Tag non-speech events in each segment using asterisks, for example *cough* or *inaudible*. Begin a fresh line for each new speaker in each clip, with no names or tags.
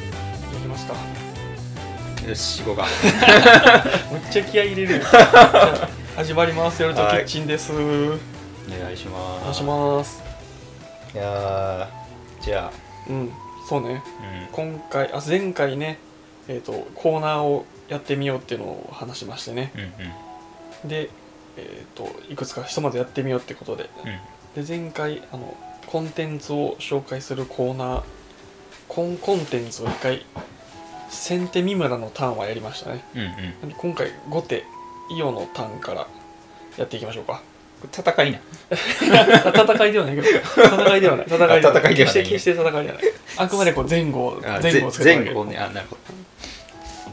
きました
よし行こうか
めっちゃ気合い *laughs* 入れる始まりますよるとキッチンです、
お願いし
お
ま
願い
す
します
いやーじゃ
うんそうね
あ、
今回あ前回ねえっ、とコーナーをやってみようっていうのを話しましてね
うん、うん
でえっ、といくつかひとまずやってみようってことで
うん
で前回あのコンテンツを紹介するコーナーコンコンテンツを一回先手三村のターンはやりましたね
うんうんうん
なんで今回後手伊予のターンからやっていきましょうか
戦いな
戦いではないけど戦いではない戦いではない
あ戦いではない
決して決して戦いではないあくまでこう前後を
あ
前後をつけて
前後ねあなるほど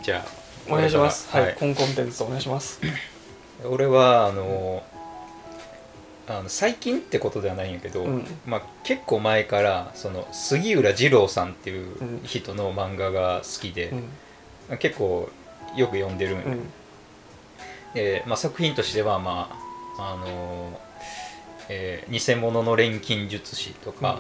じゃあ
お願いします
俺
は
から
いコンコンテンツお願いします
俺はあのーあの最近ってことではないんやけど、
うん
まあ、結構前からその杉浦二郎さんっていう人の漫画が好きで
う、ん
結構よく読んでるんよね、
うん
でまあ、作品としては、まああのーえー偽物の錬金術師」とか、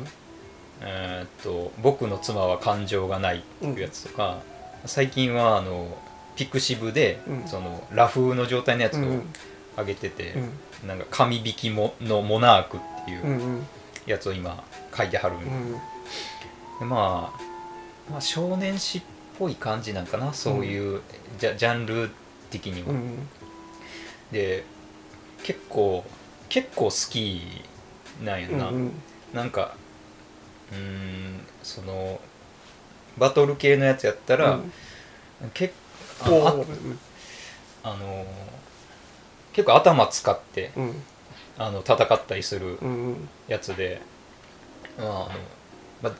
えーっと「僕の妻は感情がない」っていうやつとか、最近はあのピクシブで、
うん
そのラフの状態のやつ
う
を
ん
上げてて、
うん
なんか紙引きものモナークってい
うんう
うん
うん
やつを今書いてはるんよ、
うん
でまあ、まあ少年誌っぽい感じなんかなそういう、ジャジャンル的には。
うん
で結構結構好きなんやな、
うん
なんかうーんそのバトル系のやつやった
う
ら、
ん
結構
お
あ
ーうん
あのー結構頭使って
うん
あの戦ったりする
うんうん
やつで、まああのまあ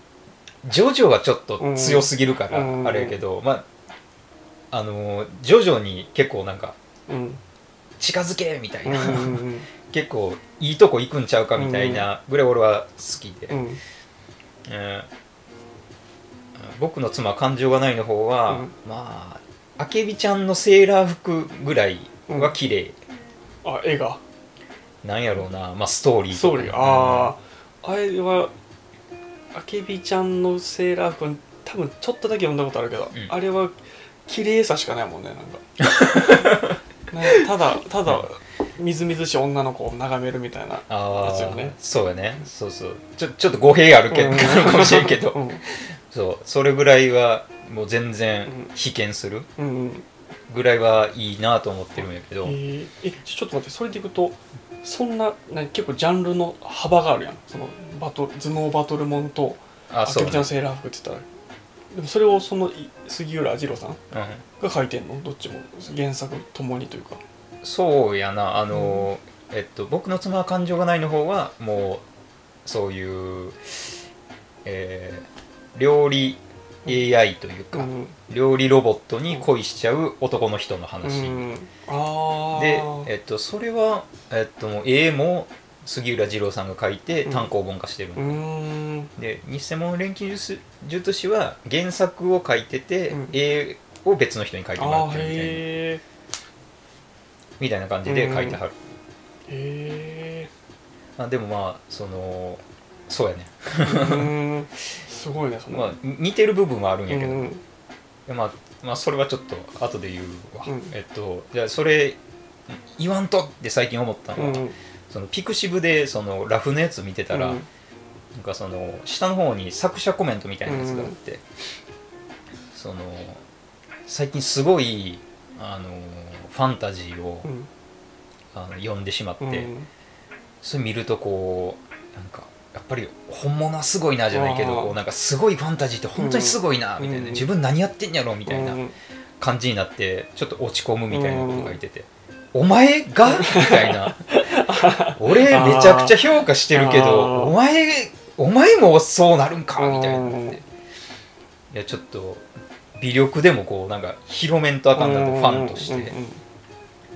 ジョジョはちょっと強すぎるか
うんうん
らあれやけど、まああのージョジョに結構なんか
うん
近づけみたい
うん
な、
うんうん
結構いいとこ行くんちゃうかみたいなぐらい俺は好きで、
うん
えー僕の妻は感情がないの方は、
うん
まああけびちゃんのセーラー服ぐらいは綺麗、
あ絵が
なんやろうな、まあ、ストーリー
総
とか
理あああれはあけびちゃんのセーラー服多分ちょっとだけ読んだことあるけど、
ん
あれは綺麗さしかないもんねなんか
*laughs*
ねただただみずみずしい女の子を眺めるみたいな
あー
ですよね
そうやねそうそうちょちょっと語弊あるけど、
うん
かもしれんけど、
うん
そうそれぐらいはもう全然
うん
被験する
うんうん
ぐらいはいいなと思ってるんやけど、
えーえちょっと待ってそれでいくとそんなな結構ジャンルの幅があるやんそのバト頭脳バトルもんと
あ
あ
そ
け
う
びちゃんのセーラー服って言ったらでもそれをそのい杉浦二郎さん
うん
が書いてんのどっちも原作ともにというか
そうやなあの、えっと僕の妻は感情がないの方はもうそういう、えー料理 AI というか、
うん
料理ロボットに恋しちゃう男の人の話、
うん、ああ
で、えっと、それは、えっと、もう絵も杉浦二郎さんが書いて
うん
単行本化してる、
うーん
で偽物錬金術術師は原作を書いてて、
うん
絵を別の人に書いてもら
あ
っ
ー
てるみたいな
へ
みたいな感じで書いてはる、
えへえ
あでもまあそのそうやね
うーんすごいねその
まあ、に似てる部分はあるん
う
や
ん
けど、
うん
まあ、まあそれはちょっと後で言うわ、
うん
えっとじゃあそれ言わんとって最近思った
う
のは、
ん
そのピクシブでそのラフのやつ見てたら、
うん
なんかその下の方に作者コメントみたいなやつがあって、その最近すごいあのファンタジーを、
うん
あの読んでしまって、
うん
それ見るとこうなんかやっぱり本物はすごいなじゃないけ
あ
ど
ー
こうなんかすごいファンタジーって本当にすごいな
うん
みたい
う
な、
ん
自分何やってんやろみたいな
うん
感じになってちょっと落ち込むみたいなこと書いてて。お前がみたいな俺めちゃくちゃ評価してるけ
あー
どお前お前もそうなるんかみたいな
う
っ
ん
ていやちょっと微力でもこうなんか広めんとあかんなとファンとして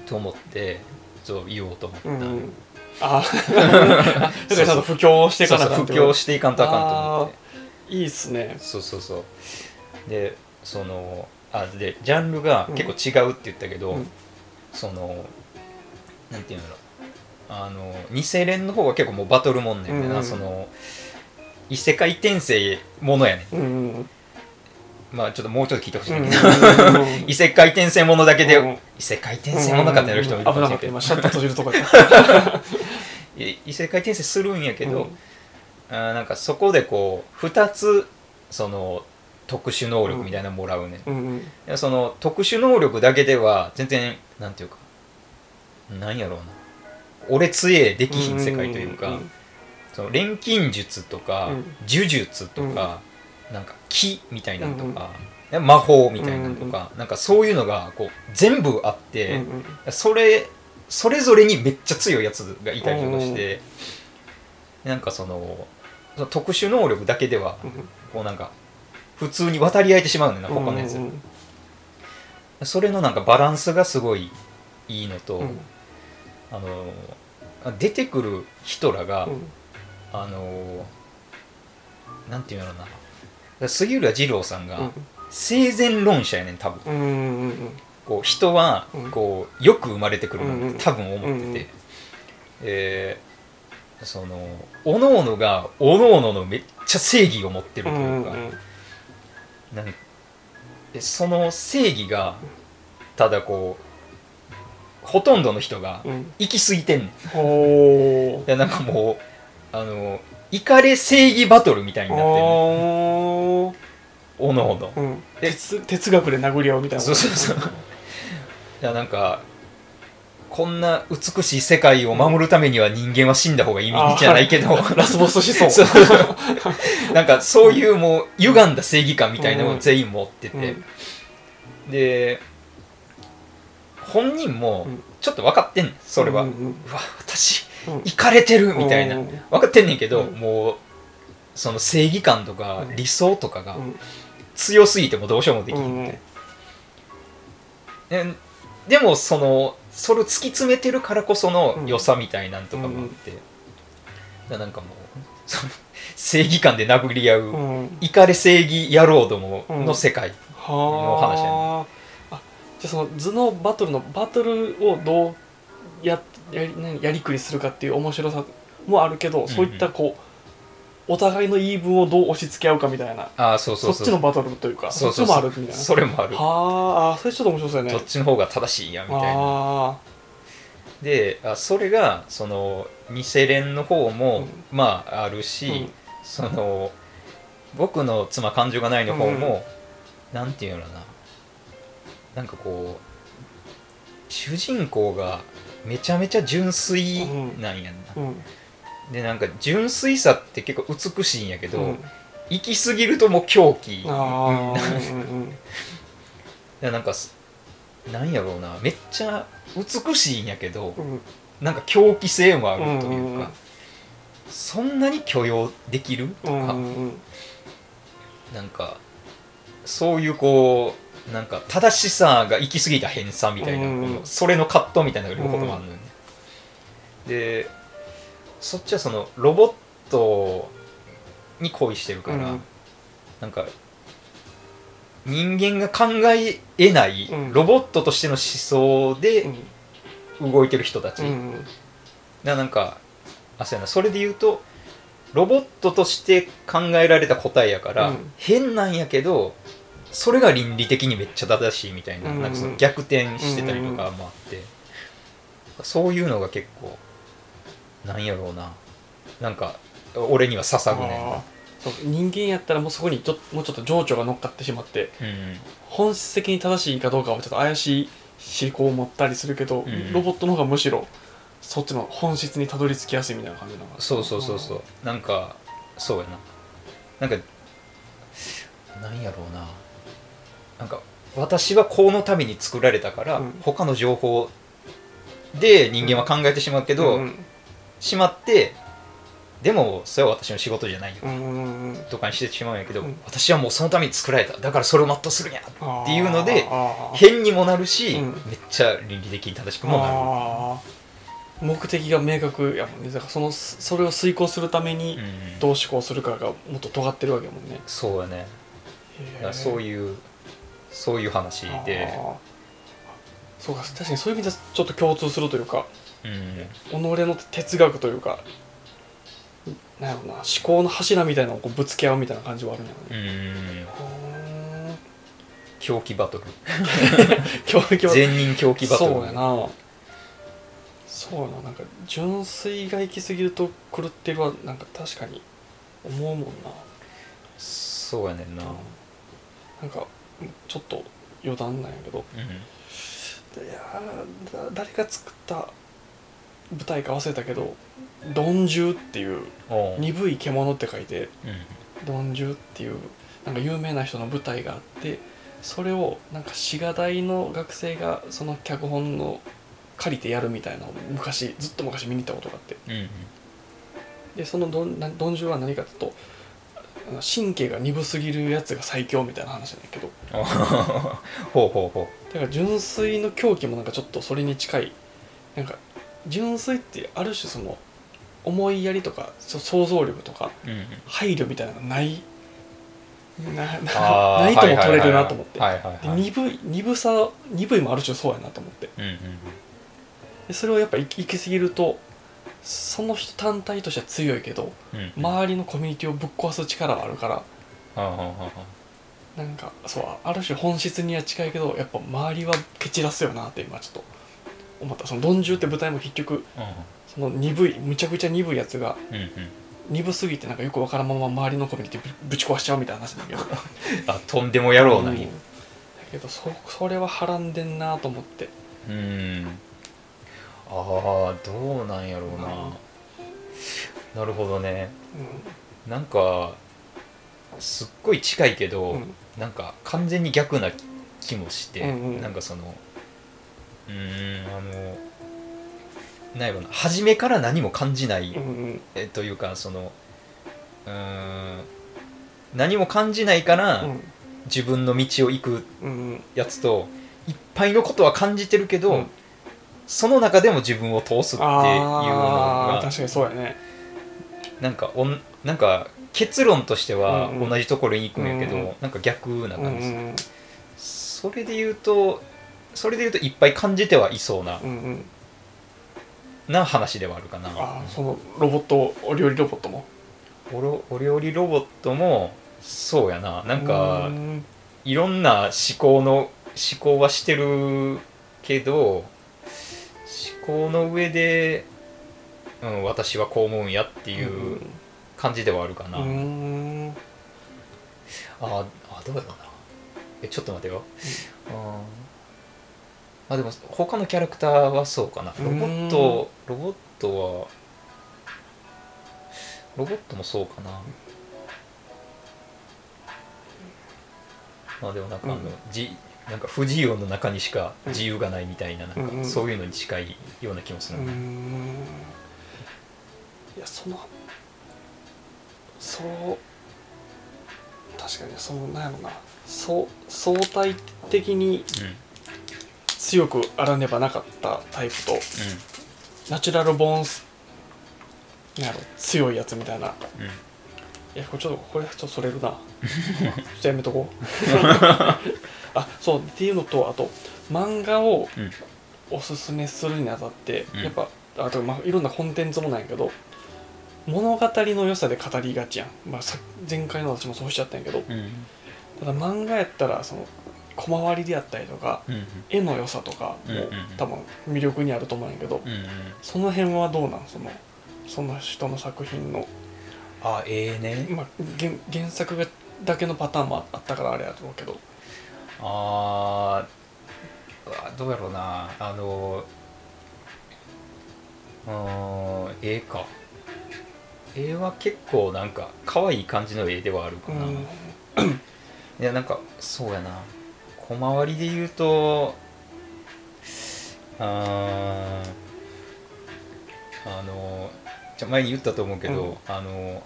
と思ってそう言おうと思った、
うんうんうんうんあ
*laughs*
ーだからちゃんと布教していかなあか
そ
ん
う
って
そ
こ
う布教
と
していかんとあかんと思って
いいっすね
そうそうそうでそのあでジャンルが結構違うって言ったけど、
うん
そのなんていうんだろうあの偽連の方は結構もうバトルもんねんな、
うん
その異世界転生ものやね *laughs*
うんうん
んまあちょっともうちょっと聞いてほしいんだけど、
危
*laughs* 異世界転生ものだけで、
うん
異世界転生ものかってやる人もいるかもし
危
れ
な
な
かった
いけど
今シャッター閉じるとこやっ
い異世界転生するんやけど、
うん
あーなんかそこでこう2つその特殊能力みたいなのもらうね
た
ん、*laughs*
うんうん
いやその特殊能力だけでは全然なんていうかなんやろうな俺強えできひん世界というか、
んんん
その錬金術とか、
うん
呪術とか、なんか木みたいなのとか、魔法みたいなのとか、なんかそういうのがこう全部あって、
うんうん
それそれぞれにめっちゃ強いやつがいたりとかして、なんかそのその特殊能力だけではこうなんか普通に渡り合えてしまうねんだよな他のやつ、
うんうん
それのなんかバランスがすごいいいのと、
うん
あの出てくる人らが、
うん
あのなんていうんだろうな杉浦二郎さんが生前論者やねん多分
うんうんうん
こう人は
うん
こうよく生まれてくるなん
うんうん
て多分思ってて、
うんうん
えーそのおのおのがおのおののめっちゃ正義を持ってる
う
と
ん
いう
う
か、
ん
なんでその正義がただこうほとんどの人が
うん
行き過ぎてんねん
ほ
でなんかもうあの怒れ正義バトルみたい
ー
になってんねん
おー
おのおの
うん
え
哲哲学で殴り合うみたいな
そうそうそういやなんかこんな美しい世界を守るためには人間は死んだ方がいい
あー
じゃないけど
ラスボス思
そ
想
うなんかそういうもう歪んだ正義感みたいなのを全員持って *laughs* て、
うん
で本人も
うん
ちょっと分かってんねんそれは、う
うんうん
わ私
うん
イかれてるみたいな
うん
分かってんねんけど、
うん
もうその正義感とか
うん
理想とかが
うん
強すぎてもうどうしようもできん
うんうん
えでもそのそれを突き詰めてるからこその良さみたいなんとかもあって、だからなんかもうその正義感で殴り合う、
うん
イカれ正義野郎どもの世界、
は
の話
あ
や
あじゃあその頭脳バトルのバトルをどうややり何やりくりするかっていう面白さもあるけど、そういったこうお互いの言い分をどう押し付け合うかみたいな
ああそう
そう
そそう
っちのバトルというかそう
そ
っ
そう
ち
そう
もあるみたいな
それもある
はああそれちょっと面白そうやね
どっちの方が正しいやみたいな
あ
であそれがその偽連の方も、まああるし、
うん
その僕の妻感情がないの方も、なんていうのかななんかこう主人公がめちゃめちゃ純粋なんやんな
あ、うん
でなんか純粋さって結構美しいんやけど、
うん
行き過ぎるともう狂気
あーうんうん
いやなんかすなんやろうなめっちゃ美しいんやけど
うん
なんか狂気性もあるというか、
うんうんうん
そんなに許容できると
う
か、
んうん
なんかそういうこうなんか正しさが行き過ぎた偏差みたいな、
うんうん
このそれの葛藤みたいなのが両方ともあるのよね、でそっちはそのロボットに恋してるから、
うん
なんか人間が考ええない
うん
ロボットとしての思想で
うん
動いてる人たち、
うん
ななんかあそうやなそれで言うとロボットとして考えられた答えやから、
うん
変なんやけどそれが倫理的にめっちゃ正しいみたいな,、
うんうん
なんかその逆転してたりとかもあって、そういうのが結構なんやろうななんか俺には刺さる
あ
ね
ーそう人間やったらもうそこにちょもうちょっと情緒が乗っかってしまって
んうん
本質的に正しいかどうかはちょっと怪しい思考を持ったりするけど、
うん
ロボットの方がむしろそっちの本質にたどり着きやすいみたいな感じなのかな
そうそうそうそうなんかそうやななんかなんやろうななんか私はこのために作られたから、
うん
他の情報で人間は考えてしまうけど、
うん
しまってでもそれは私の仕事じゃないよ、
うんうんうん
とかにしてしまうんやけど、
うん
私はもうそのために作られただからそれを全うするんや
あー
っていうので
あー
変にもなるし、
うん
めっちゃ倫理的に正しくもな
あー目的が明確やもんねだからそのそれを遂行するために
る、うん
どう思考するかがもっと尖ってるわけやもんね、
そうやねだからそういうそういう話で
あーそうか確かにそういう意味ではちょっと共通するというか
う
己
ん
の哲学というかなんやろうな思考の柱みたいなのをこうぶつけ合うみたいな感じはあるんやろ
うーん
うね
狂気バトル
狂気は
全人狂気バトル
そうやなそうやななんか純粋が行き過ぎると狂ってるはなんか確かに思うもんな
そうやねんな、
なんかちょっと余談なんやけど
うん
いやーだ誰が作った舞台か忘れたけど「鈍獣」っていう
おう
鈍い獣って書いて
うん
「鈍獣」っていうなんか有名な人の舞台があってそれをなんか滋賀大の学生がその脚本の借りてやるみたいなのを昔ずっと昔見に行ったことがあって *laughs*
うん
でそのどんな鈍獣は何かというとあの神経が鈍すぎるやつが最強みたいな話なんだけど
おうほうほうほ
だから純粋の狂気もなんかちょっとそれに近いなんか純粋ってある種その思いやりとかそ想像力とか
う、うんうん、
配慮みたいなのがないな *laughs* な
あー
ないとも取れるなと思って
はいはいはい
で
はいはい
鈍い鈍さ鈍いもある種そうやなと思って
うんうん
でそれをやっぱ行き行き過ぎるとその人単体としては強いけど
うんうん
周りのコミュニティをぶっ壊す力はあるから
あははは
なんかそうある種本質には近いけどやっぱ周りは蹴散らすよなって今ちょっと思ったその「どんじゅう」って舞台も結局その鈍いむちゃくちゃ鈍いやつが
うんうんうん
鈍すぎてなんかよくわからんまま周りのコミュニティぶぶち壊しちゃうみたいな話だけど
あとんでもやろうな
うんだ
今
けどそそれははらんでんなと思って
うんああどうなんやろうな、
うん
なるほどね
う
なんかすっごい近いけど、
んうん
なんか完全に逆な気もして、
うんうん
なんかそのうーんあのなんやろな初めから何も感じない、
うんうん
えというかそのうーん何も感じないから、
うん
自分の道を行く
うん
やつといっぱいのことは感じてるけど、
うん
その中でも自分を通すっていうの
ああ
が
確かにそうやね
なんかおんなんか結論としては
うんうん
同じところに行くんやけど、
うんうん
なんか逆な
うんう
感じ、
ん
それで言うとそれで言うといっぱい感じてはいそうな,、
うんうん
な話ではあるかな
ああそのロボットお料理ロボットも
おろお料理ロボットもそうやななんか、
うーん
いろんな思考の思考はしてるけど思考の上で、うん、私はこう思うんやってい
ん
う感じではあるかな、
うーん
ああどうだろうなえちょっと待てよ、あーあでも他のキャラクターはそうかなロボットロボットはロボットもそうかなまあでもなんかあの、
うん
じなんか不自由の中にしか自由がないみたいな,、なん
うんう
か
ん
そういうのに近いような気もする
うー
な、
んいやそのそう確かにそのなんやろなそう相対的に
うん
強くあらねばなかったタイプとナチュラルボーンスなんやろ強いやつみたいな
うんうん
いやこれちょっとこれちょっとそれるなちょっとやめと
*laughs*
こうあそうっていうのとあと漫画を
うん
おすすめするにあたって、
うん
やっぱあと、まあ、いろんなコンテンツもなんやけど物語の良さで語りがちやん、まあ、さ前回の私もそうしちゃったんやけど
うん
ただ漫画やったらその小回りであったりとか
うん
絵の良さとかも、
うんうんうん
多分魅力にあると思うんやけど、
うんうん
その辺はどうなんそのその人の作品の、
あええね
まあ、原原作がだけのパターンもあったからあれやと思うけど
あーうわどうやろうなあのうーん絵か絵は結構なんか可愛い感じの絵ではあるか
う
な、い
ん
やなんかそうやな小回りで言うとうーんあのじゃ前に言ったと思うけど、
うん
あの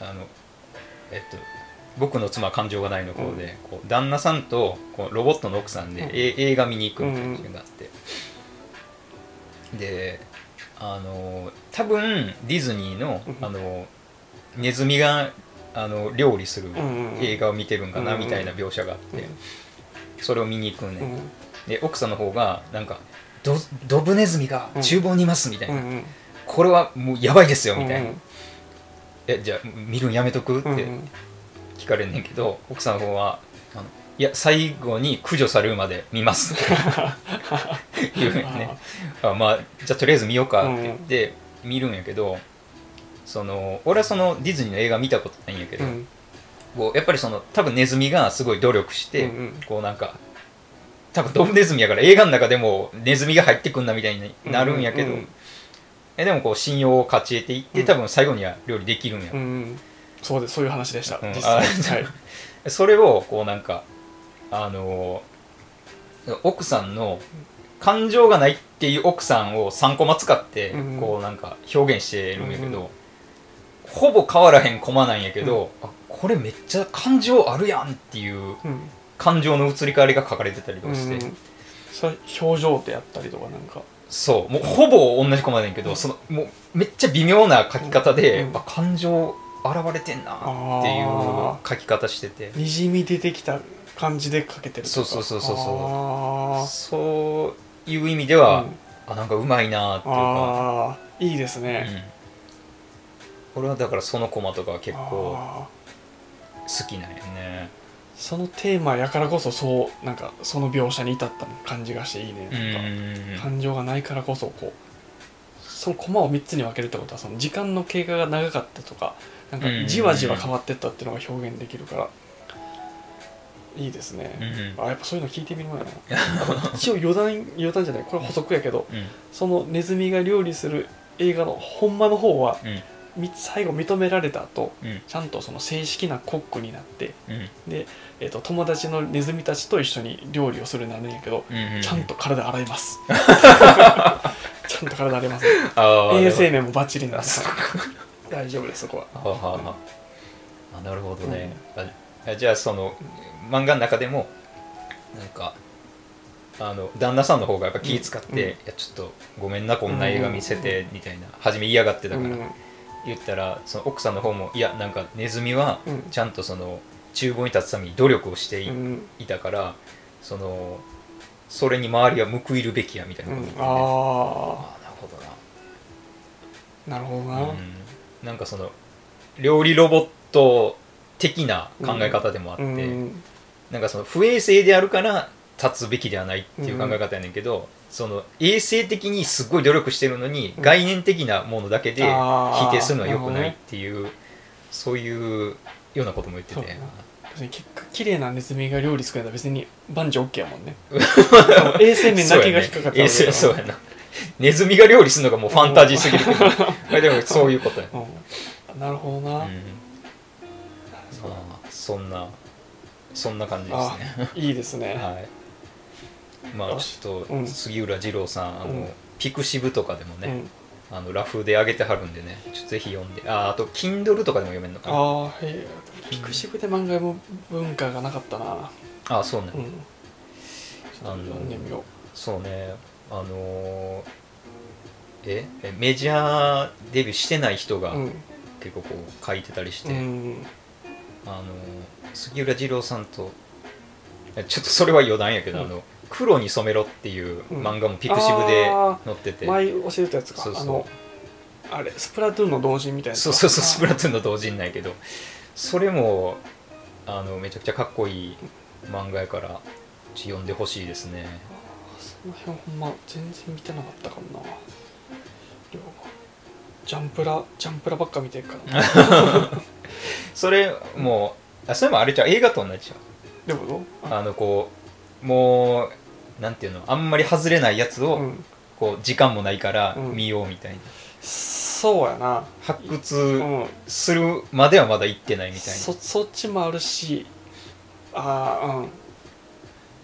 あのえっと僕の妻は感情がないの方で、こう旦那さんとこうロボットの奥さんで、
うん
え映画見に行くみたいなのがあって、であの多分ディズニーの
うん
あのネズミがあの料理する
うんうん
映画を見てるんかな
うんうん
みたいな描写があって、
うん
それを見に行くね、
うん
で奥さんの方がなんかド「ドブネズミが厨房にいます」みたいな、
うんうん
これはもうやばいですよ」みたいな
うんうん
えじゃあ見るんやめとく?」って
うんうん
聞かれんねんけど、奥さんの方はあのいや最後に駆除されるまで見ますい
*laughs*
うねあまあじゃあとりあえず見ようかって言って見るんやけど、その俺はそのディズニーの映画見たことないんやけ
う
ど、
ん
こうやっぱりその多分ネズミがすごい努力して、
うんうん
こうなんか多分ドブネズミやから映画の中でもネズミが入ってくんなみたいになるんやけど、
うん
えでもこう信用を勝ち得ていって
うん
多分最後には料理できるんや、
うんうんそうでそういう話でした、
うん
実際
あ *laughs*
はい
それをこうなんかあのー奥さんの感情がないっていう奥さんを3コマ使って
うん
こうなんか表現してるんやけど、
うんうん
ほぼ変わらへんコマなんやけど、あこれめっちゃ感情あるやんっていう
うん
感情の移り変わりが書かれてたりと
う
かして、
んそれ表情であったりとかなんか
そうもうほぼ同じコマなんやけど、そのもうめっちゃ微妙な書き方で、
うん
あ感情現れてんなっていう書き方してて
にじみ出てきた感じでかけてるとか
そうそうそうそうそう
あー
そういう意味では、
うん
あなんかうまいなーっていうか、
あーいいです
うん
ね、、
俺はだからそのコマとかは結構
あー
好きなんよね
そのテーマやからこそそうなんかその描写に至った感じがしていいね
う
なんか、
ん
感情がないからこそこうそのコマを3つに分けるってことはその時間の経過が長かったとかなんか
うん
じわじわ変わってったっていうのが表現できるからいいです
う
ね、
ん
あやっぱそういうの聞いてみるもん
*laughs*
やな一応余談余談じゃないこれ補足やけど
うん
そのネズミが料理する映画のほんまの方は
うん
み最後認められた後
うん
ちゃんとその正式なコックになって
うん
で、えー、と友達のネズミたちと一緒に料理をするようになるんやけど、
うんうん
ちゃんと体洗います *laughs* ち
*laughs*
ゃんと体洗います
あー
衛生面もバッチリなん
あ
で
*laughs* そう
大丈夫ですそこは
はあはあはああなるほどね、あじゃあその漫画の中でもなんかあの旦那さんの方がやっぱ気使って、
うんうん
いやちょっとごめんなこんな映画見せてみたいな、初め嫌がってた
う
から、
ん
言ったらその奥さんの方もいやなんかネズミは
うん
ちゃんとその厨房に立つために努力をしてい,、
うん
たからそのそれに周りは報いるべきやみたいうなこと
ん
言ってて、あ
あ
あなるほどな
あなるほどな、
うん、なんかその料理ロボット的な考え方でもあって、
うんうん
なんかその不衛生であるから立つべきではないっていう考え方やねんけど、その衛生的にすごい努力してるのに、
うん
概念的なものだけで
あー
否定するのは良く
な
な
るほど
いっ
ね
ていう、そういうようなことも言って
そう
て
だな別に結果綺麗なネズミが料理作るんだ別に万事 OK やもん
*laughs*
ね
うん
多分衛生面だけが引っかかった
衛生そうやなネズミが料理するのがもうファンタジーすぎる
*laughs*
けどまあでもそういうことや、
うんなるほど
うん
な、
まあそんなそんな感じですね
いいですね、
はい、まあ
よし
ちょっ
う
と
ん
杉浦二郎さんあの、
うん
ピクシブとかでもね、あのラフで上げてはるんでねちょっとぜひ読んでああと Kindle とかでも読めるのかなあ
ああへえピクシブで漫画も文化がなかったな
あそうね、
うん
あの
読んでみよ
そうねあのーええメジャーデビューしてない人
う
が
うん
結構こう書いてたりし
う
て、
ん
あのー杉浦二郎さんとえちょっとそれは余談やけど、
うん
あの黒に染めろっていう漫画もピクシブで載ってて、
前教えたやつか
そうそう
あのあれスプラトゥーンの同人みたいなやつ
そ
か
うそうそうスプラトゥーンの同人なんやけどそれもあのめちゃくちゃかっこいい漫画やからちょっと読んでほしいですね
その辺ほんま全然見てなかったかもな量がジャンプラジャンプラばっか見てるからな
*laughs* それもあそれもあれちゃう映画と同じちゃ
でも
うあのこうもうなんていうのあんまり外れないやつ
ど
を、
う、うん、
こう時間もないから
うん
見ようみたいな、
そうやな
発
う
掘
ん
するまではまだ行ってないみたいな
そそっちもあるしああうん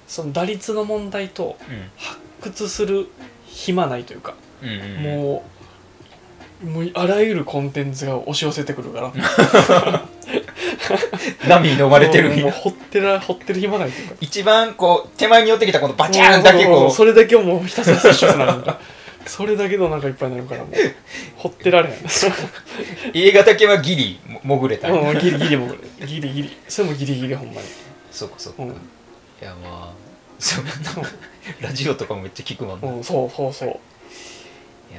その打率の問題と発掘する暇ないというか、
うんうんうんうん
もうもうあらゆるコンテンツが押し寄せてくるから
波に飲まれてる
もうもう掘ってら掘ってる暇ないというか
一番こう手前に寄ってきたこのバチャーンだけ
もうもうも
こ
う
う
それだけをもうひたすら摂取するなんかそれだけの中いっぱいになるからもう掘ってられへん
*laughs* 映画だけはギリも潜れたり
うんギリギリもギリギリそれもギリギリほんまに
そうかそうか、
うん
いやまあそんなラジオとかもめっちゃ聞くもんね、い
うんそうそうそう
や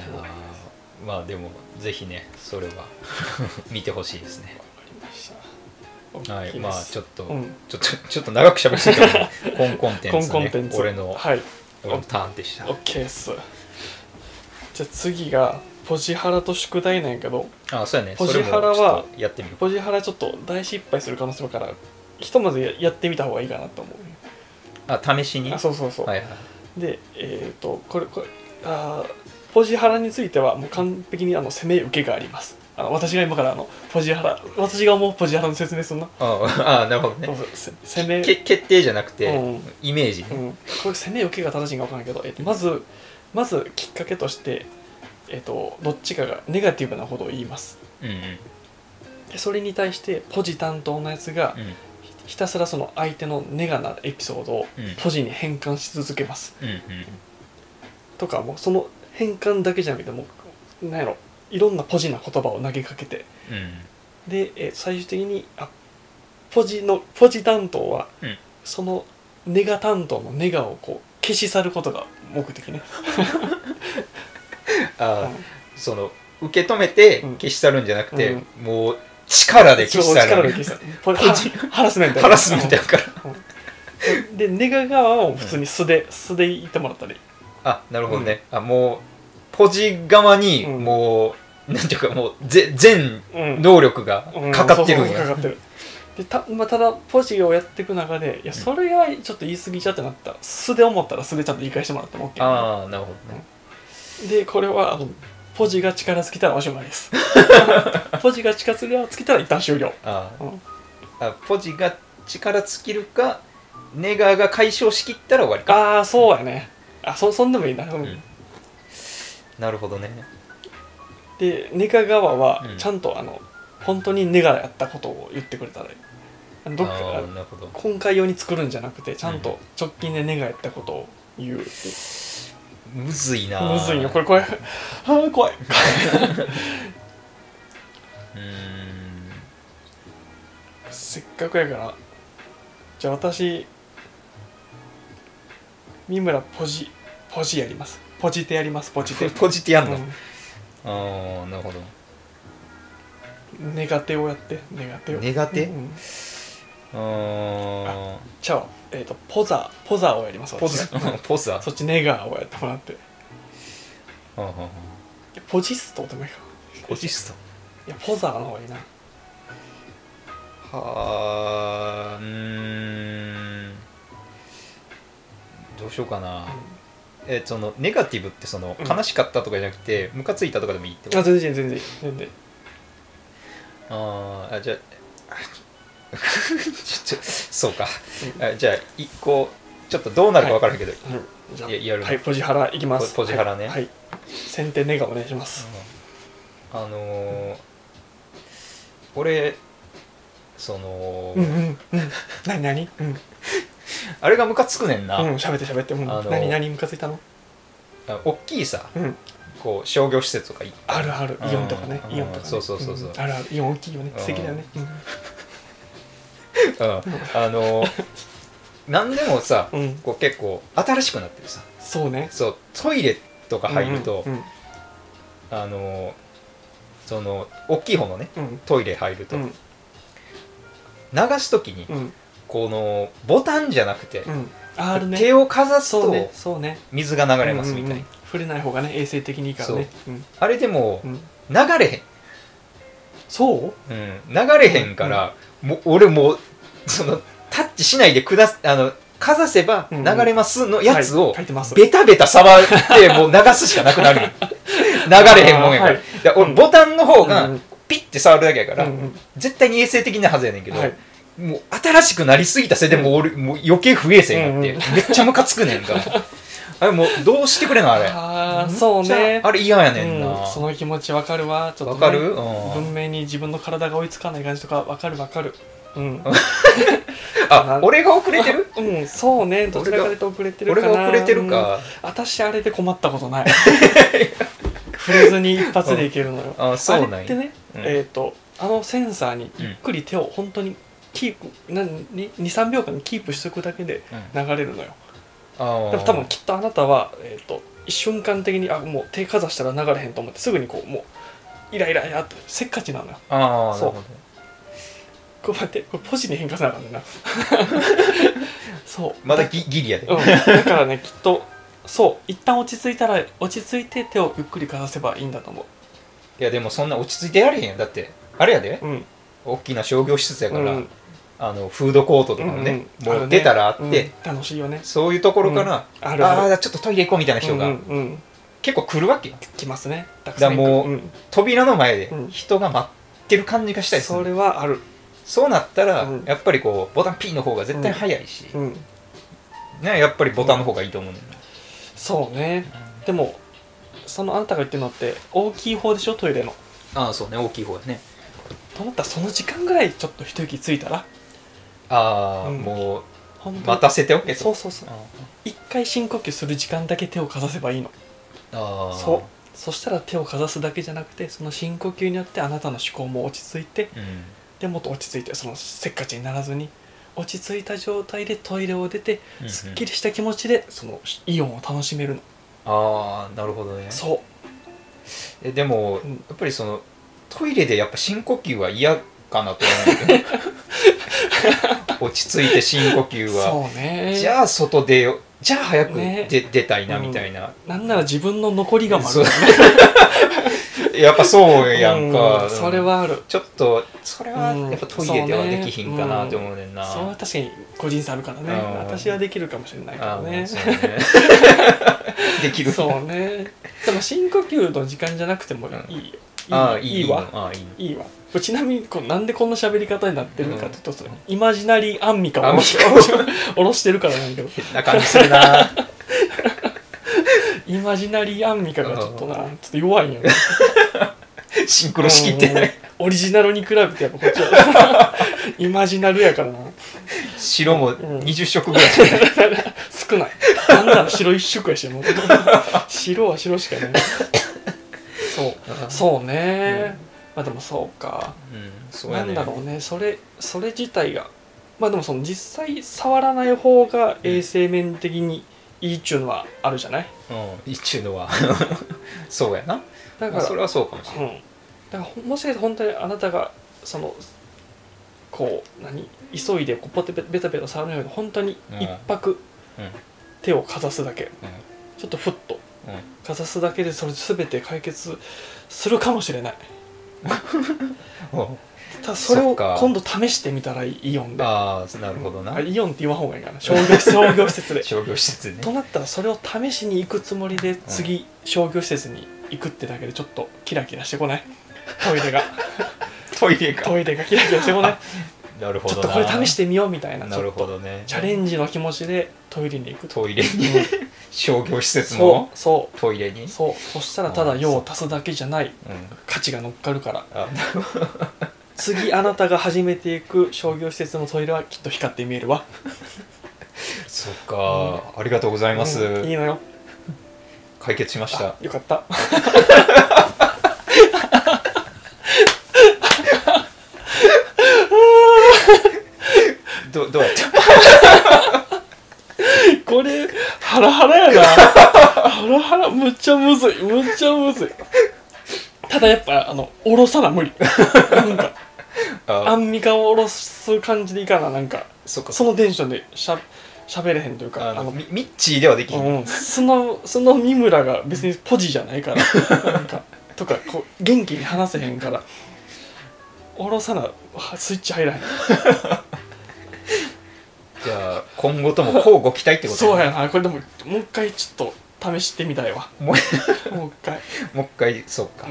ーまあでもぜひねそれは *laughs* 見てほしいですね
わかりました
は
大き
い、
いで
まあ
す
ちょっと、
うん
ちょっとちょっと長く喋りすぎたけどコンコンテンツ、ね、
コンコンテンツ
俺の
はい
俺のターンでした
オッケーっすじゃあ次がポジハラと宿題なんやけど
あそうやね
ポジハラは
それもちょっとやってみよう
ポジハラちょっと大失敗する可能性もあるからひとまずややってみた方がいいかなと思う
あ試しに
あそうそうそう、
はいはい
でえっ、とこれこれあーポジハラについてはもう完璧にあの攻め受けがありますあの私が今からあのポジハラ私が思うポジハラの説明すんな、
ああなるほど
そう
ね
そうせ攻め
け決定じゃなくて、
うん
イメージね、
うん、これ攻め受けが正しいんか分からないけど、えっと、まずまずきっかけとして、えっと、どっちかがネガティブなことを言います
うんうん
でそれに対してポジ担当のやつがひたすらその相手のネガなエピソードを
うん
ポジに変換し続けます
うんうん
とかもうその変換だけじゃなくてもうなんやろいろんなポジな言葉を投げかけて
うん
で、えー最終的にあポジのポジ担当は、
うん
そのネガ担当のネガをこう消し去ることが目的ね。
あ
うん
ーその受け止めて
うん
消し去るんじゃなくて、
う
もう力で消し去
力
る
で消し去るポジハラスメントや
ハラスメントやから
うんでネガ側を普通に素で、素で言ってもらったり
あなるほどね、あもうポジ側に
うん
もう、なんていうかもうぜ全
うん
能力が
うん
かかってるん
そうそうそうか
や
かってるでた,、まあ、ただポジをやっていく中でいやそれはちょっと言い過ぎちゃってなった素で思ったら素でちゃんと言い返してもらっても OK
ああなるほどね
でこれはあのポジが力尽きたらおしまいですポジが力尽きたら一旦終了
あー
うん
あポジが力尽きるかネガが解消しきったら終わりか
ああそうやねあそそんでもいいな、うん
うんなるほどね
でネガ側は
うん
ちゃんと、あの本当にネガやったことを言ってくれたらいいあの
あ
どっか
あーなるほど
今回用に作るんじゃなくてちゃんと直近でネガやったことを言う、
むずいな
むずいよこ
れ
れ怖 *laughs* いあー怖い
うーん
せっかくやからじゃあ私三村ポジポジやりますポジテやりますポジテ、
ポジってやんの、
う
ああなるほど
ん、ネガテをやってネガテを
ネガテ
うん
あ
ちゃうわえっ、とポザポザをやります
ーポズ
私
*laughs* ポズだ
そっちネガをやってもらって
うんうんうん
ポジストでもいいか
ポジス
い
ト
やポザーの方がいいな
はあうーんどうしようかな、えそのネガティブってその
うん
悲しかったとかじゃなくて、ムカついたとかでもいいってこと
あ全然全然全然
あーあじゃあ
*laughs*
ちょっとそうか、あじゃあ一個ちょっとどうなるか分からんけど、
うんじゃあ
ややる
はいポジハラいきます
ポポジハラね
はい、はい先手ネガお願いします
あのー、俺その、
うんうんうん何何うん
あれがムカつくねんな、
うん喋って喋ってうん
あの
何何ムカついたの
あ大きいさ
うん
こう商業施設とかいっぱい
あるあるイオンとかね
うん
イオンとかね
そうそうそうそうん
あるあるイオン大きいよね
うん
素敵だよね
うんあのー何でもさ、
うんうん
こう結構新しくなってるさ
そうね
そうトイレとか入ると、
うん
あのーその大きい方のね
うん
トイレ入ると、
うん
流す時に、
うん
このボタンじゃなくて
う、んあるね
手をかざす
そう
と
ねそうね
水が流れますみたいな、
うんうんうん触れない方がね衛生的にいいからねうん
あれでも
うん
流れ
そう
へん、うん、流れへんから、もう俺もうそのタッチしないでくだすあのかざせば
うんうん
流れますのやつを、
はい書いてます
ベタベタ触ってもう流すしかな
*laughs*
くなるよ流れへんもんやから、
あーはい
だから俺ボタンの方が
うんうん
ピッて触るだけやから、
うんうん
絶対に衛生的なはずやねんけど、
はい
もう新しくなりすぎたせいでもう俺もう余計不衛生になって、
うん
めっちゃムカつくねんかあれもうどうしてくれなあれ
ああそうね
あれ嫌やねんな、
うん、その気持ちわかるわちょっと
わ
ね、
かる、うん
文明に自分の体が追いつかない感じとかわかるわかるうん、
あ俺が遅れてる
うん、そうねどちらかというと遅れてるか
俺
な
が遅れてるか、
うん私あれで困ったこと
*laughs*
ない触れずに一発でいけるのよ、
あそうなんや
あれってね、
うん
えっ、とあのセンサーにゆっくり手を本当にキープ23秒間キープしておくだけで
うん
流れるのよ
あ
でも多分きっとあなたは、えー、と一瞬間的にあもう手かざしたら流れへんと思ってすぐにこうもうイライラやってせっかちなのよ
ああなる
そう
ほど
これ待ってこれポジに変化せなあかんねん
*laughs*
なそう
まだギギリやで、
うん、だからねきっとそう一旦落ち着いたら落ち着いて手をゆっくりかざせばいいんだと思
いやでもそんな落ち着いてやれへんやんだってあれやで
ううん
大きな商業施設やから、
うん
あのフードコートとかもね、
うんうん
もう出たらあって
るねうん楽しいよね
そういうところから、
うん
あ
あるある
あーちょっとトイレ行こうみたいな人が
うんうんうん
結構来るわけよ、
来ますねたく
だ
さ
か
ん
ら
いる
もう
うん
扉の前で
うん
人が待ってる感じがしたいでする
それはある
そうなったら、
うん
やっぱりこうボタン P の方が絶対早いし、
うん
ね、やっぱりボタンの方がいいと思うねんだ
そうねでもそのあなたが言ってるのって大きい方でしょトイレの
ああそうね大きい方やね
と思ったらその時間ぐらいちょっと一息ついたら
ああ、
うん
も
ほん
う
とに
待たせておけと
そうそうそう
あ
一回深呼吸する時間だけ手をかざせばいいの
あ
そうそしたら手をかざすだけじゃなくてその深呼吸によってあなたの思考も落ち着いて
う、うん、
でもっと落ち着いてそのせっかちにならずに落ち着いた状態でトイレを出て
うんうん
すっきりした気持ちでそのイオンを楽しめるの
ああなるほどね
そう
えでも、
うん
やっぱりそのトイレでやっぱ深呼吸は嫌かなと思うん
*laughs*
だけど落ち着いて深呼吸は、
そうね
じゃあ外出よじゃあ早く出,、
ね
出たいなみたいな、
なんなら自分の残りがもある
そう *laughs* やっぱそうやんか、
うそれはある
ちょっとそれは
うん
やっぱトイレではできひんかなと思うねんな、
それは確かに個人差あるからね
うん
私はできるかもしれないから
あ
ね
そうねできる
そうねでも深呼吸の時間じゃなくてもいいよ
ああ
いい
いい
いいわ
ああいいの
いいわちなみにこうなんでこんな喋り方になってるかというと、そのイマジナリーアンミカを
アン
下
ミ
ろし *laughs* 下ろしてるからなんだけど
変な感じす
*laughs*
るな
イマジナリーアンミカがちょっとなちょっと弱いんよね
シンクロしきっ
うんうん
て
オリジナルに比べてやっぱこっちは *laughs* イマジナルやからな *laughs*
白も
うん
20色ぐらい
少ないなんなら白一色やしもう *laughs* 白は白しかないそうそうね、まあでもそうか
うんそう
な
や
ん
ね
だろうねそれそれ自体がまあでもその実際触らない方が衛生面的にいいっちゅうのはあるじゃない
うん、っちゅうのは *laughs* そうやな
だか
ま
ら、
あそれはそうかもし
う
れ
んだからほもしかして本当にあなたがそのこう何急いでこうポテベタベタ触るように本当に一泊
ない、
手をかざすだけ、
うん
ちょっとふっと
うんうん、
かざすだけでそれ全て解決するかもしれない
お
ただそれ
そ
を
っか
今度試してみたらいいイオンで
ああなるほどな
あイオンって言わん方がいいかな商業商業施設で
商業施設ね
となったらそれを試しに行くつもりで次、商業施設に行くってだけでちょっとキラキラしてこ
*laughs*
ないトイレが
トイレか
トイレがキラキラしてこない
なるほ
ちょ
ど
っ
な
とこれ試してみようみたいな
なるほどね
チャレンジの気持ちでトイレに行くと
トイレに *laughs* 商業施設
そ
の
うそ
トイレに
うそうそしたらただ用を足すだけじゃない
うん
価値が乗っかるから *laughs*
あ
次あなたが始めていく商業施設のトイレはきっと光って見えるわ
そっか、ありがとうございます、
うんいいのよ
解決しました
あよかった
どどうやった
これハラハラやなハラハラむっちゃむずいむっちゃむずいただやっぱあのおろさな無理なんかア
*laughs* あ
ンミカをおろす感じでいかななんか
そっか
そのテンションでしゃしゃべれへんというか
あ
あ
の
の
ミミッチーではできん、
うん、そのその三村が別にポジじゃないからなんかとかこう元気に話せへんからおろさなはスイッチ入らへん
じゃあ今後ともこうご期待ってこと
そうやなこれでももう一回ちょっと試してみたいわ
もう *laughs*
もう一回、
もう一回そうか、
う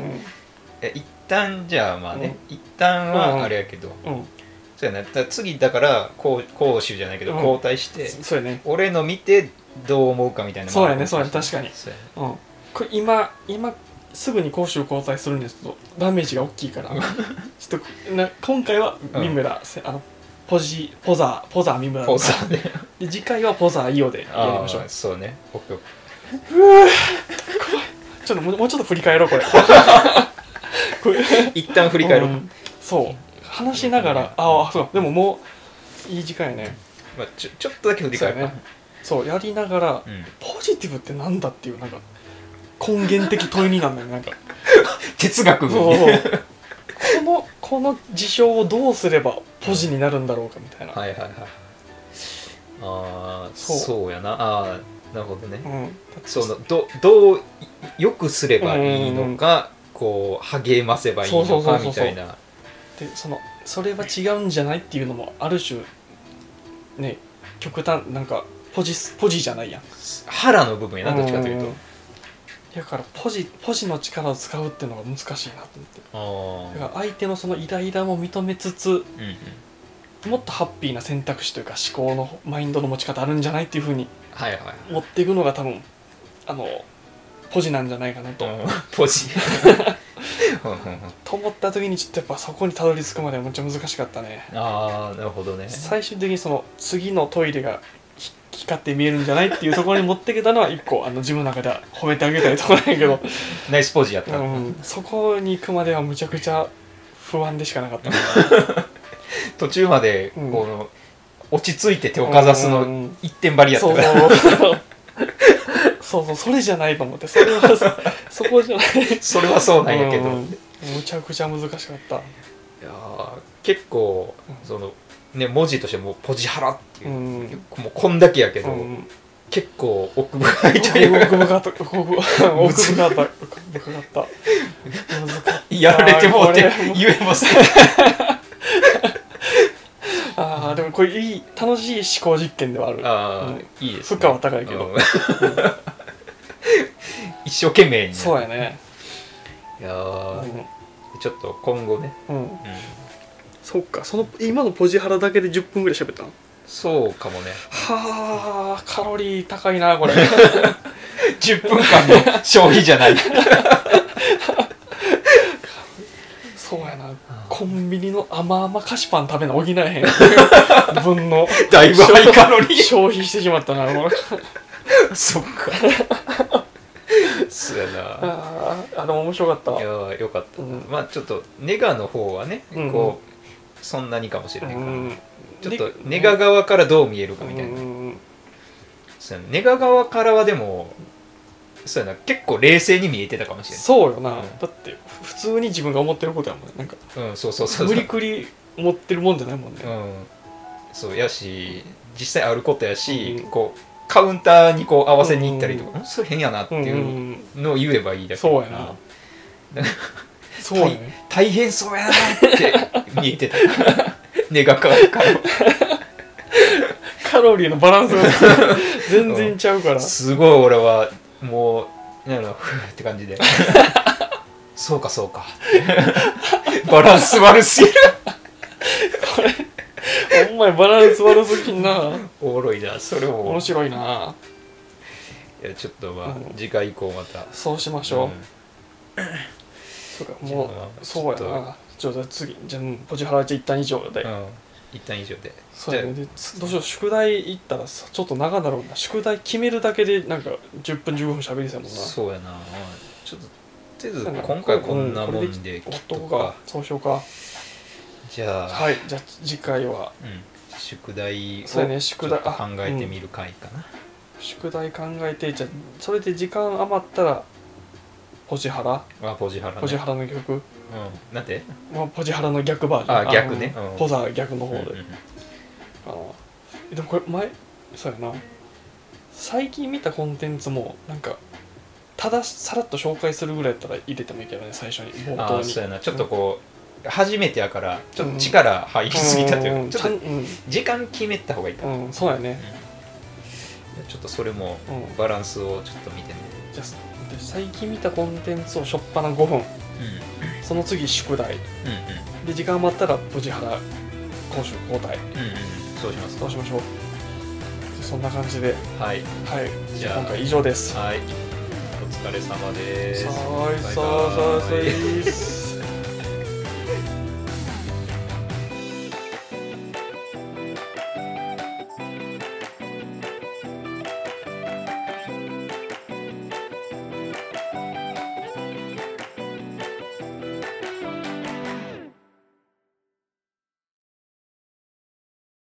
え一旦じゃあまあね、一旦
うん
はあれやけど、
んうん、
そうやなだから次だからこう講習じゃないけど
うん
交代して、
そうやね
俺の見てどう思うかみたいな
そうやね
まあ
そうやね確かに
そうやね
うんこれ今今すぐに攻守交代するんですけどダメージが大きいからちょっとな今回は三村、せあのポジポザーポザー三村
ポーズで
で次回はポザーイオでやりましょう
あーそうねオッケーオッケ
ちょっともうもうちょっと振り返ろうこ
*laughs*
れこれ
ー一旦振り返ろう、
んそう話しながらああそうでももういい時間やね
まあ、ちょちょっとだけ振り返ろうか
そうやりながら、
うん、
ポジティブってなんだっていうなんか根源的問いになんだよねなんか
哲学
*laughs* そうこのこの事象をどうすればポジになるんだろうかみたいな、
はいはいはいああ
そ
そううやなあーなるほどね、
うん、
そのどどういよくすればいいのか、こう励ませばいい
そう
の
そうそう
か
そう
みたいな
でそのそれは違うんじゃないっていうのもある種ね極端なんかポジポジじゃないやん
腹の部分やなどっちかというと
んだからポジポジの力を使うっていうのが難しいなと思って
あ
だ
あ
から相手のそのイライラも認めつつ
うんうん
もっとハッピーな選択肢というか思考のマインドの持ち方あるんじゃないっていうふうに
はいはい
持っていくのが多分あのポジなんじゃないかなと、
うん
*laughs*
ポジうんうんうん
と思った時にちょっとやっぱそこにたどり着くまではめっちゃ難しかったね
ああなるほどね
最終的にその次のトイレがひ光って見えるんじゃないっていうところに持ってけたのは一個あの自分の中では褒めてあげたいところなんやけど、
ナイスポジやった、
うん、そこに行くまではむちゃくちゃ不安でしかなかったな
*laughs* 途中までこ
うん
の、落ち着いて手をかざす
うんうんう
の
ん
一点張りやった
そう
から
そう *laughs* そうそうそれじゃないと思ってそれは
*laughs*
そそこじゃない
*laughs* それはそうなんやけど、
うん
い
むちゃくちゃ難しかった
やー結構そのね文字としてもうポジハラっていう
ん
う、結構もうこんだけやけ
う
ど、
ん
結構奥深いというか
奥深かった奥深奥深かった奥深かった難かった
やられてもう
あ
て
ーこれ
言え
*laughs*
ません
ああでもこれいい楽しい思考実験ではある
あ
うん
ーいいです
負荷は高いけど
うん *laughs* 一生懸命にね
そうやね
いやー
う
ちょっと今後ね、
ん、うん、
うん
そっかその今のポジハラだけで10分ぐらい喋ったの
そうかもね *laughs*
はあカロリー高いなこれ
10分間の消費じゃない
そうやなコンビニの甘々菓子パン食べな補えへん分の
だいぶハイカロリー
消費してしまったなこれ
そっかそうやな
あーあでも面白かった
いやーよかったな、
うん
まあちょっとネガの方はね、
うん
こうそんなにかもしれないから、
うん
ちょっとネガ側からどう見えるかみたいな、
うん
そうやなネガ側からはでもそうやな結構冷静に見えてたかもしれ
そうよな、
うん
だって普通に自分が思ってることやもんねなんか
ない、うん、そうそうそうそ
無
う
理くり思ってるもんじゃないもんね、
うん、そうやし実際あることやし、
うん
こうカウンターにこう合わせに行ったりとか、うん、それ変やなって
うんう
いうんのを言えばいいだけ
そうやなそうやね
大変そうやなって見えてた *laughs* 根が変わるから
カロリーのバランス
*laughs*
が全然ちゃうから、
すごい俺はもうなんやろ *laughs* ふーって感じ
*laughs*
でそうかそうか *laughs* バランス悪すぎる
お前バランス悪すぎんな
おもろいなそれも
面白いない
やちょっとまあ、
うん
次回以降また
そうしましょう、
うん
そうか
じゃあ
も
まあ
うそうや
ちょ
な
っ
じゃあ次じゃあうんポチハラじゃあ一旦以上で、
うん一旦以上で
そうやねでつどうしよう宿題行ったらさちょっと長なるもんな宿題決めるだけでなんか10分15分喋りそうやもんな
そうやなちょっととりあえず
なんか
今回こんなも
うん
で
お
切
っ
っ
と
と
こ
く
う
か
かそうしようか
じゃあ、
はいじゃあ次回は
うん、宿題をち
そう
ょ
や
っ
ね
と
宿題あ
考えてみる回かな
宿題考えてじゃあそれで時間余ったらポジハラ
あポジハラね
ポジハラの曲
うんなんて
まあ、ポジハラの逆バージョン
あ逆ね
あの
うん
ポザ逆の方
うん
で、
うんうん
あのえでもこれ前そうやな最近見たコンテンツもなんかたださらっと紹介するぐらいやったら入れてもいいけどね最初に冒
あ
頭
ー
に
そうやなちょっとこう初めてやからちょっ
うん
と力入りすぎたといううんか
ち
ち
ゃ
ょ
ん
っと時間決めた方がいいか
う
な、
ん、うん、そうやね
ちょっとそれも
うん
バランスをちょっと見てね、
じゃあで最近見たコンテンツをしょっぱな5分その次宿題
うん、うん
で時間余ったらポジハラ攻守交代
うんうんうんそうします
そうしましょうそんな感じで
はい
はい
じゃあ
今回以上です
はいお疲れ様です
さ
バイ
ー
バ
い
イ
さーさーさーい